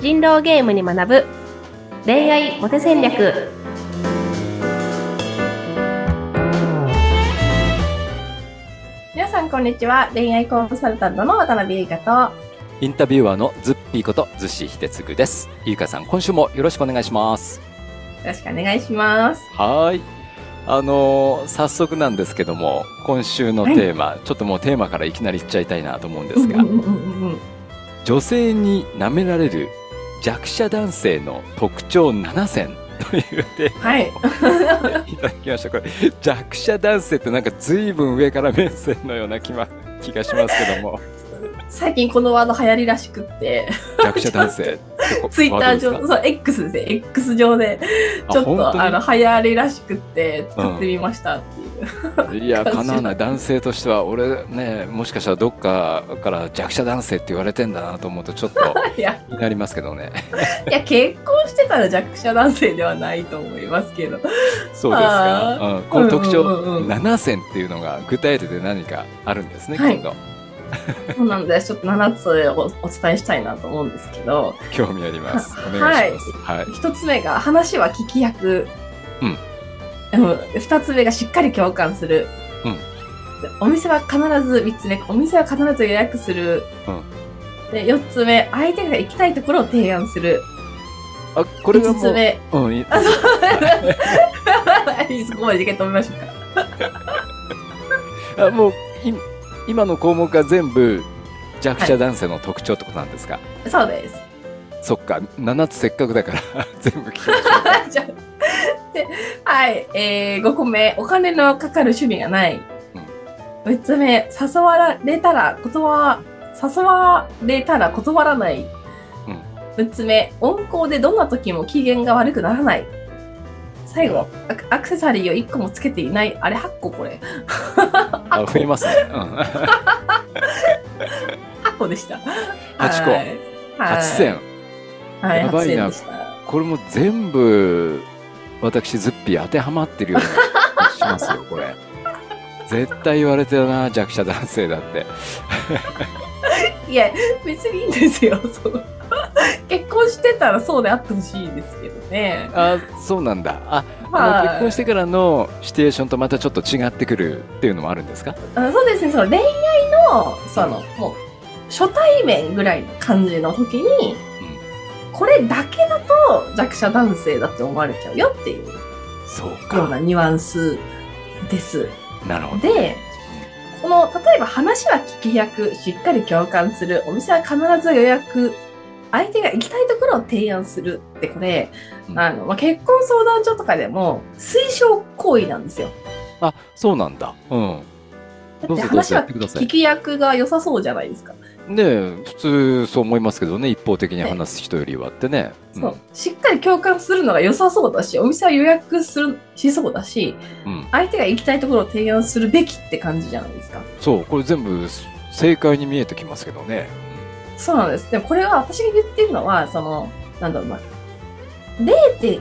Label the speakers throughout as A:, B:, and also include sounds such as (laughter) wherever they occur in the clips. A: 人狼ゲームに学ぶ恋愛モテ戦略皆さんこんにちは恋愛コンサルタントの渡辺優香と
B: インタビュアーのズッピーことズッシー秀次です。ゆうかさん、今週もよろしくお願いします。
A: よろしくお願いします
B: はーい。あのー早速なんですけども、今週のテーマ、ちょっともうテーマからいきなり言っちゃいたいなと思うんですが
A: う、んうんうんうん
B: 女性に舐められる弱者男性の特徴7選というテー
A: はい
B: マでいただき (laughs) ました。これ、弱者男性ってなんか随分上から目線のような気,、ま、気がしますけ (laughs) ども、
A: 最近このワード流行りらしくって
B: 弱者男性ってこ
A: ツイッタ
B: ワ
A: ー
B: ー
A: 上
B: ドですか
A: そう X ですね X 上で
B: あ
A: ちょっ
B: 本当に
A: とあの流行りらしくって作ってみました (laughs) っていう、
B: いや、
A: 感じ
B: かなわない。男性としては、俺ね、もしかしたらどっかから弱者男性って言われてんだなと思うと、ちょっと
A: いや
B: 気になりますけどね。
A: いや結婚してたら弱者男性ではないと思いますけど
B: そうですか。うん、この特徴、
A: うんうんうんうん
B: 7選っていうのが具体例で何かあるんですね、
A: はい
B: 今度。
A: そうなのでちょっと7つをお伝えしたいなと思うんですけど
B: 興味あります。
A: は
B: お願いします。はい。
A: 1つ目が話は聞き役、
B: うん
A: うん、2つ目がしっかり共感する、
B: うん
A: お店は必ず3つ目お店は必ず予約する、
B: うん
A: で4つ目相手が行きたいところを提案する
B: あ、これが
A: 5
B: も
A: つ
B: う、
A: 目 (laughs)
B: うん、い
A: そこまで一回止めましょうか。
B: あもうい今の項目が全部弱者男性の特徴ってことなんですか。
A: そうです。
B: そっか、7つせっかくだから (laughs) 全部聞きましょ
A: じゃあではい、えー、5個目、お金のかかる趣味がない。6つ目、誘われたら断、誘われたら断らない。
B: うん
A: 6つ目、温厚でどんな時も機嫌が悪くならない。最後、アクアクセサリーを1個もつけていない。あれ、8個これ。
B: う。あ、増えますね。うん。
A: 8個でした。
B: 八個
A: はい。
B: 8選。
A: はい、
B: やば
A: 8
B: い
A: 選
B: な
A: でした。
B: これも全部私ズッピー当てはまってるような気がしますよこ
A: (laughs)
B: れ絶対言われてるな弱者男性だって
A: いや、別にいいんですよ。その結婚してたらそうであってほしいんですけどね。
B: あそうなんだあ、あの結婚してからのシチュエーションとまたちょっと違ってくるっていうのもあるんですか
A: あそうですね、その恋愛の、その、もう、初対面ぐらいの感じの時に、これだけだと弱者男性だって思われちゃうよっていうよ
B: そう
A: うなニュアンスです。
B: なるほど
A: で、この、例えば話は聞き役、しっかり共感する、お店は必ず予約、相手が行きたいところを提案するってこれ、
B: うん
A: あの、まあ、結婚相談所とかでも推奨行為なんですよ。
B: あそうなんだうん
A: だ
B: ど
A: っ
B: う
A: て
B: ぞどう
A: 話
B: ぞや
A: は
B: ってくださ
A: 聞
B: い
A: き役が良さそうじゃないですか。
B: ねえ普通そう思いますけどね一方的に話す人よりはってね
A: そう、しっかり共感するのが良さそうだし、お店は予約するしそうだし、
B: うん、うん、
A: 相手が行きたいところを提案するべきって感じじゃないですか。
B: そうこれ全部正解に見えてきますけどね
A: そうなんです。でもこれは私が言ってるのは、その、なんだろうな。0.11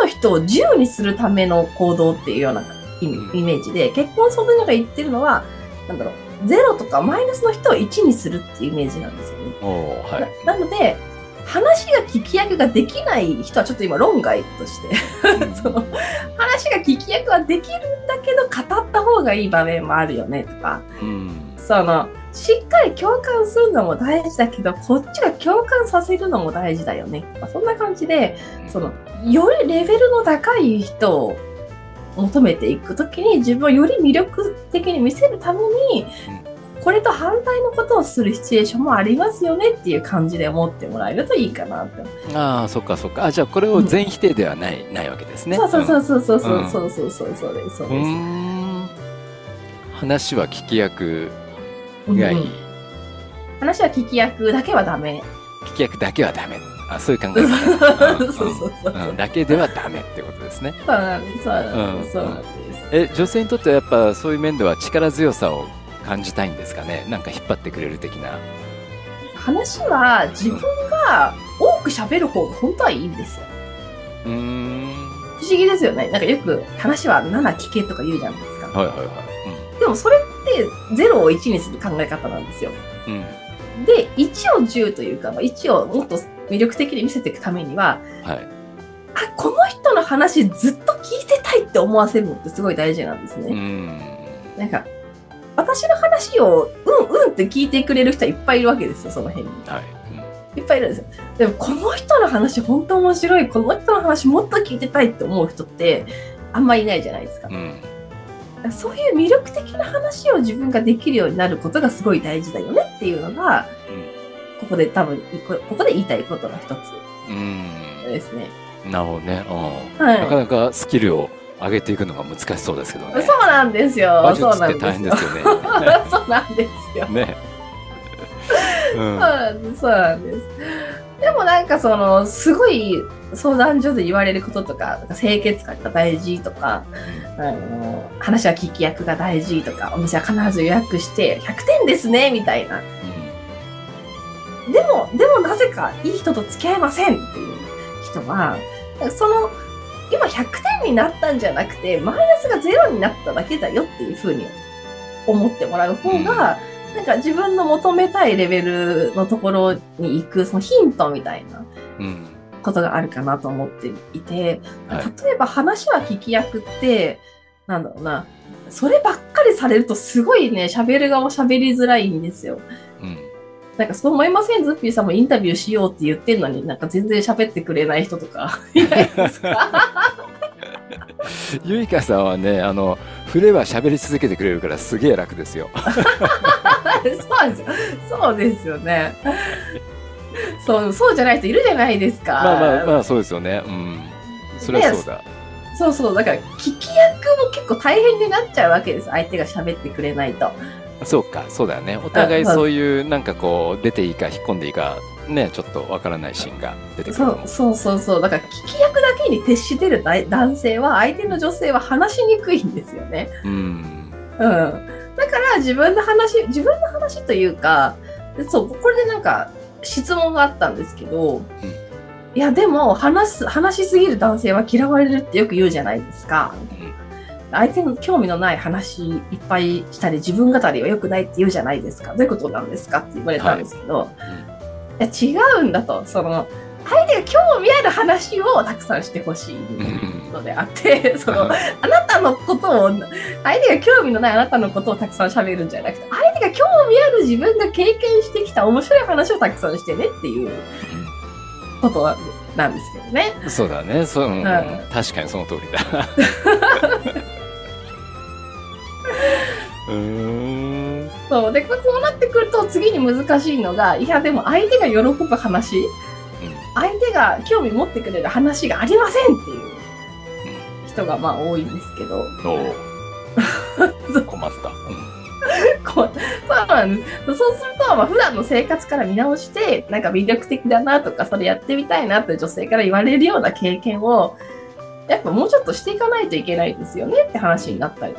A: の人を10にするための行動っていうようなイメ
B: うん
A: イメージで、結婚相談所が言ってるのは、なんだろう、0とかマイナスの人を1にするっていうイメージなんですよね。
B: おおーはい
A: ななので、話が聞き役ができない人はちょっと今論外として
B: うん
A: (laughs) その話が聞き役はできるんだけど語った方がいい場面もあるよねとか
B: うん
A: そのしっかり共感するのも大事だけどこっちが共感させるのも大事だよねとかそんな感じでそのよりレベルの高い人を求めていく時に自分をより魅力的に見せるためにこれと反対のことをするシチュエーションもありますよねっていう感じで思ってもらえるといいかなって
B: ああ、そっかそっか。あ、じゃあこれを全否定ではない、ないわけですね。。
A: そうそうそううそうそうそうそうそうそうそうですそう
B: う
A: です
B: ん。話は聞き役
A: うん
B: がいい。
A: うん話は聞き役だけはダメ。
B: 聞き役だけはダメ。あ、そういう考え
A: (laughs) そう
B: 方ね。
A: そうそう。そう
B: うんうんだけではダメってことですね。
A: なんです。そうなんです。そうなんです。
B: え、女性にとってはやっぱそういう面では力強さを感じたいんですかね。なんか引っ張ってくれる的な。
A: 話は自分が多く喋る方が本当はいいんですよ。
B: うーん。
A: 不思議ですよね。なんかよく話は7聞けとか言うじゃないですか。
B: はいはいはい。
A: でもそれって0を1にする考え方なんですよ。
B: うん。うん。
A: で、1を10というか、まあ、1をもっと魅力的に見せていくためには、
B: はい。
A: あ、この人の話ずっと聞いてたいって思わせるのってすごい大事なんです
B: う
A: ね。
B: ん。
A: なんか、私の話をうんうんって聞いてくれる人はいっぱいいるわけですよ、その辺に。
B: はい。
A: いっぱいいるんですよ。でも、この人の話本当面白い、この人の話もっと聞いてたいって思う人って、あんまりいないじゃないですか
B: うん。。うん
A: そういう魅力的な話を自分ができるようになることがすごい大事だよねっていうのが、ここで多分、こここで言いたいことの一つ
B: うん。
A: ですね。
B: なるほどね。うん。
A: はい。
B: (laughs) なかなかスキルを上げていくのが難しそうですけどね。
A: そうなんですよ。
B: 馬
A: そう
B: 術
A: な
B: っ
A: ん
B: て大
A: で
B: 変
A: す
B: で
A: よ。
B: すよね。
A: (laughs) そうなんですよ。
B: (laughs) ね。うん。
A: そうなんです。そうなんです。でもなんかその、すごい相談所で言われることとか、なんか清潔感が大事とか、あの、話は聞き役が大事とか、お店は必ず予約して100点ですね、みたいな。でも、でもなぜかいい人と付き合えませんっていう人は、その、今100点になったんじゃなくて、マイナスがゼロになっただけだよっていうふうに思ってもらう方が、なんか自分の求めたいレベルのところに行く、そのヒントみたいな
B: うん。うん。
A: ことがあるかなと思っていて、
B: はい。
A: 例えば話は聞き役って、なんだろうな、そればっかりされるとすごいね、喋る側も喋りづらいんですよ。
B: うん。
A: なんかそう思いませんズッピーさんもインタビューしようって言ってんのになんか全然喋ってくれない人とか (laughs) いないですか
B: ゆいかさんはね、あの、振れば喋り続けてくれるからすげえ楽ですよ。
A: そうなんですよ。そうですよね。そう、そうじゃない人いるじゃないですか。
B: まあまあまあ、そうですよね。うん。それはそうだ。
A: そうそう、だから聞き役も結構大変になっちゃうわけです。相手が喋ってくれないと。
B: そうか、そうだよね。お互い
A: あそう
B: そういう、なんかこう、出ていいか引っ込んでいいか、ね、ちょっとわからないシーンが出てくる
A: そ
B: の
A: う
B: も。
A: そうそうそう。だから聞き役だけに徹してるだい男性は相手の女性は話しにくいんですよね。
B: うん。
A: うん。だから自分の話、自分の話というか、でそう、これでなんか質問があったんですけど、いや、でも話す、話しすぎる男性は嫌われるってよく言うじゃないですか。相手の興味のない話いっぱいしたり、自分語りは良くないって言うじゃないですか。どういうことなんですかって言われたんですけど、い、や、違うんだと、その、相手が興味ある話をたくさんしてほしい。
B: うん。
A: のであって、その、あなたのことを、相手が興味のないあなたのことをたくさん喋るんじゃなくて、相手が興味ある自分が経験してきた面白い話をたくさんしてねっていうことなんですけどね。
B: うんそうだね。そう、うん
A: はい
B: 確かにその通りだ。
A: (laughs)
B: うーん。
A: そう。で、こうなってくると次に難しいのが、いや、でも相手が喜ぶ話、相手が興味持ってくれる話がありませんっていう人がまあ多いんですけど。
B: おお。 (laughs) 困った。
A: こうそうなんです。そうすると、まあ、普段の生活から見直して、なんか魅力的だなとか、それやってみたいなって女性から言われるような経験を、やっぱもうちょっとしていかないといけないですよねって話になったり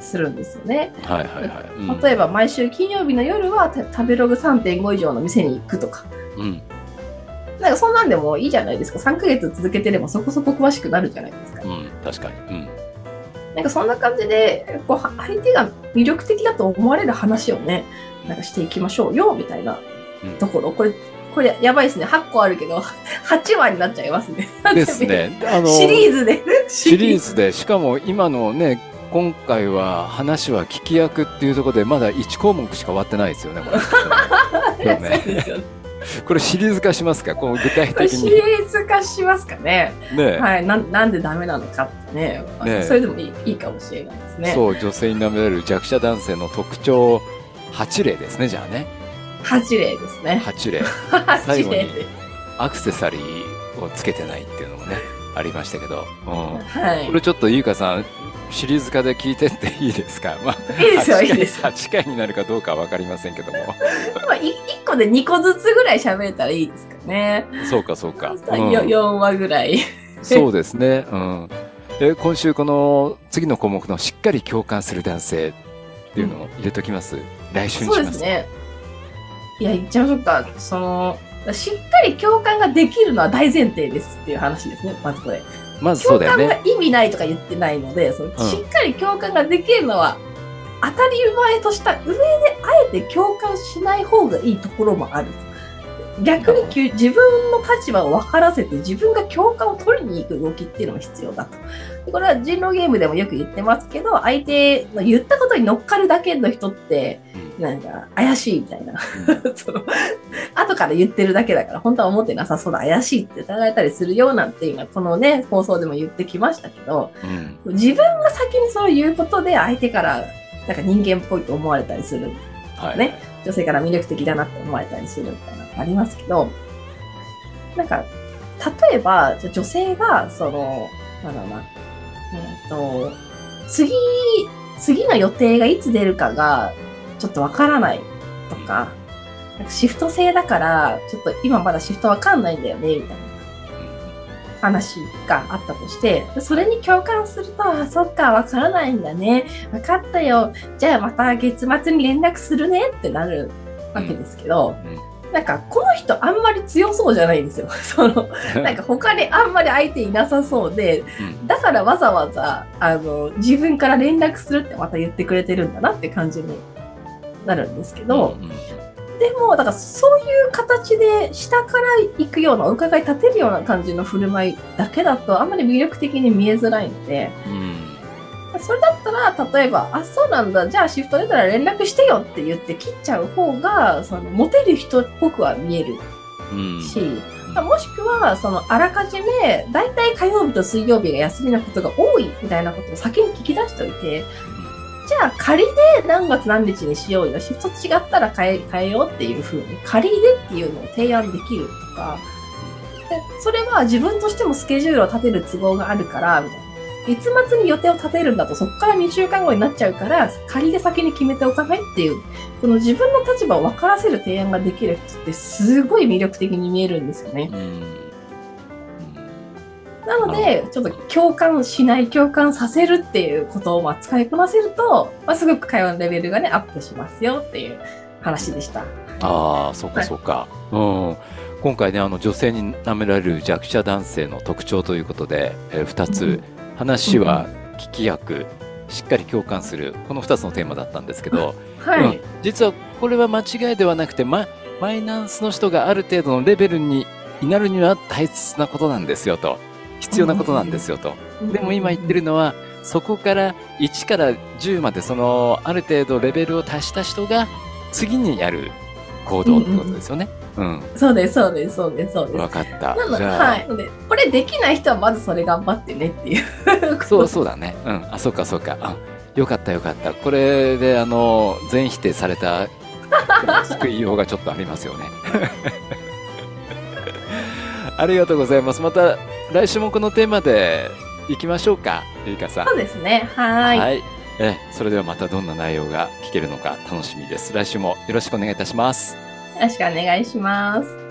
A: するんですよね。
B: うん。はいはいはい。うん
A: 例えば、毎週金曜日の夜はた食べログ3.5以上の店に行くとか。
B: うん。
A: なんかそんなんでもいいじゃないですか。3ヶ月続けてればそこそこ詳しくなるじゃないですか。
B: うん。確かに。うん。
A: なんかそんな感じで、こう、は相手が魅力的だと思われる話をね、なんかしていきましょうよ、みたいな
B: うん
A: ところ。これ、これやばいですね。8個あるけど、8話になっちゃいますね。
B: ですね。あの
A: シリーズで。
B: シリーズで、しかも今のね、今回は話は聞き役っていうところで、まだ1項目しか終わってないですよね、
A: (laughs)
B: これ。
A: シリ
B: で
A: ーズそ
B: もね
A: うですよね。
B: これシリーズ化しますかこう具体
A: これ
B: 的
A: シ
B: に。
A: リ
B: ね
A: ーズ化しますかね。
B: え、
A: はい。なんなんでダメなのかってね。
B: ね
A: それでもいいいいかもしれないですね。
B: そう、女性に舐められる弱者男性の特徴、8例ですね、じゃ
A: (laughs)
B: あね。
A: 8例ですね。
B: 8例。最
A: 8
B: 後に
A: 例で。
B: アクセサリーをつけてないっていうのもね、ありましたけど。うん。
A: はい
B: こ。れちょっと、ゆうかさん、シリーズ化で聞いてっていいですかまあ、
A: いいですよ、い
B: 8
A: い
B: 回
A: ですよ。
B: 8回になるかどうかはわかりませんけども。
A: まあ、1個で2個ずつぐらい喋れたらいいですかね。
B: そうか、そうか。うん
A: よ4話 (laughs) ぐらい。
B: そうですね。うん。え、今週この次の項目のしっかり共感する男性っていうのを入れときます。来週に
A: そ
B: し
A: う
B: ま。
A: ですすね。いや、言っちゃいましょうか。その、しっかり共感ができるのは大前提ですっていう話ですね、まずこれ。
B: まず
A: 共
B: そうだよ
A: 感が
B: ね。
A: 意味ないとか言ってないので、その
B: ん
A: しっかり共感ができるのは当たり前とした上で、あえて共感しない方がいいところもある。逆にきゅ自分の立場を分からせて自分が共感を取りに行く動きっていうのも必要だと。でこれは人狼ゲームでもよく言ってますけど相手の言ったことに乗っかるだけの人ってなんか怪しいみたいな (laughs) その後から言ってるだけだから本当は思ってなさそうだ怪しいって疑えたりするよなんて今このね放送でも言ってきましたけど
B: うん
A: 自分が先にそう言うことで相手からなんか人間っぽいと思われたりする
B: はい
A: ね女性から魅力的だなって思われたりするみたいなのありますけど、なんか、例えば、じゃあ女性が、その、なんだろうな、えっ、と、次、次の予定がいつ出るかが、ちょっとわからないとか、なんかシフト制だから、ちょっと今まだシフトわかんないんだよね、みたいな話があったとして、それに共感すると、あ、そっか、わからないんだね。わかったよ。じゃあまた月末に連絡するねってなるわけですけど、
B: うん
A: なんかこの人あんまり強そうじゃないんですよ。 (laughs) その、なんか他にあんまり相手いなさそうで、
B: うん
A: だからわざわざ、あの、自分から連絡するってまた言ってくれてるんだなって感じになるんですけど、
B: うん
A: でも、だからそういう形で下から行くような、お伺い立てるような感じの振る舞いだけだと、あんまり魅力的に見えづらいので、
B: うん
A: それだったら、例えば、あ、そうなんだ、じゃあシフト出たら連絡してよって言って切っちゃう方が、その、モテる人っぽくは見える
B: うん
A: し、もしくは、その、あらかじめ、だいたい火曜日と水曜日が休みなことが多いみたいなことを先に聞き出しておいて、じゃあ仮で何月何日にしようよ。シフト違ったら変え変えようっていう風に仮でっていうのを提案できるとか。でそれは自分としてもスケジュールを立てる都合があるから、みたいな。月末に予定を立てるんだとそこから2週間後になっちゃうから仮で先に決めておかないっていうこの自分の立場を分からせる提案ができる人ってすごい魅力的に見えるんですよね
B: うんうん
A: なの
B: なる
A: でちょっと共感しない共感させるっていうことをまあ使いこなせると、まあ、すごく会話のレベルがねアップしますよっていう話でした。
B: ああそうかそうか、うん、今回ねあの女性に舐められる弱者男性の特徴ということで、えー、2つ話は聞き役しっかり共感するこの2つのテーマだったんですけど、
A: は
B: うん
A: い、
B: 実はこれは間違いではなくて、ま、マイナンスの人がある程度のレベルになるには大切なことなんですよと必要なことなんですよと。でも今言ってるのは、そこから1から10まで、その、ある程度レベルを足した人が、次にやる行動ってことですよね。うん。
A: そうですそうですそうですそうです。
B: わかった。
A: なの
B: じ
A: で、
B: ゃあ、
A: はい、なのでこれできない人はまずそれ頑張ってねっていうこと
B: そうそうだね。うん。あ、そうかそうか。あ、よかったよかった。これで、あの、全否定さ
A: (laughs)
B: れた、救いようがちょっとありますよね。 (laughs) ありがとうございます。また、来週もこのテーマで、いきましょうか。ゆいかさん。
A: (laughs) そうですね。はい
B: はい。え、それではまたどんな内容が聞けるのか楽しみです。来週もよろしくお願いいたします。
A: よろしくお願いします。